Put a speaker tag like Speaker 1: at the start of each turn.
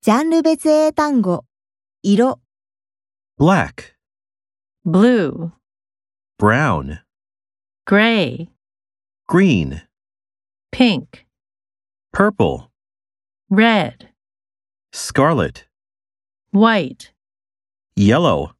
Speaker 1: ジャンル別英単語、色、
Speaker 2: black,
Speaker 3: blue,
Speaker 2: brown,
Speaker 3: gray,
Speaker 2: green,
Speaker 3: pink,
Speaker 2: purple,
Speaker 3: red,
Speaker 2: scarlet,
Speaker 3: white.
Speaker 2: yellow.